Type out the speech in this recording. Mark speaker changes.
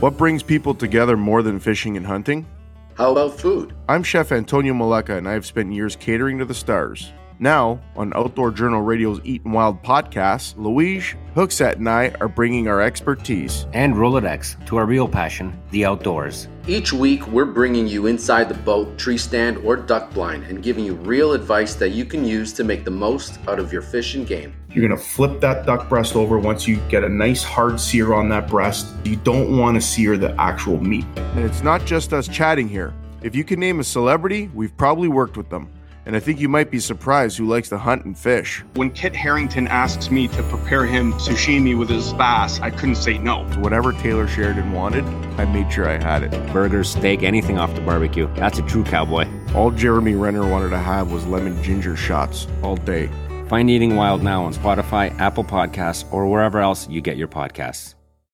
Speaker 1: What brings people together more than fishing and hunting?
Speaker 2: How about food?
Speaker 1: I'm Chef Antonio Maleka, and I've spent years catering to the stars. Now, on Outdoor Journal Radio's Eatin' Wild podcast, Luigi, Hooksat, and I are bringing our expertise.
Speaker 3: and Rolodex to our real passion, the outdoors.
Speaker 2: Each week, we're bringing you inside the boat, tree stand, or duck blind and giving you real advice that you can use to make the most out of your fishing game.
Speaker 4: You're gonna flip that duck breast over once you get a nice hard sear on that breast. You don't wanna sear the actual meat.
Speaker 1: And it's not just us chatting here. If you can name a celebrity, we've probably worked with them. And I think you might be surprised who likes to hunt and fish.
Speaker 5: When Kit Harrington asks me to prepare him sushimi with his bass, I couldn't say no.
Speaker 1: Whatever Taylor Sheridan wanted, I made sure I had it.
Speaker 3: Burgers, steak, anything off the barbecue. That's a true cowboy.
Speaker 1: All Jeremy Renner wanted to have was lemon ginger shots all day.
Speaker 3: Find Eating Wild now on Spotify, Apple Podcasts, or wherever else you get your podcasts.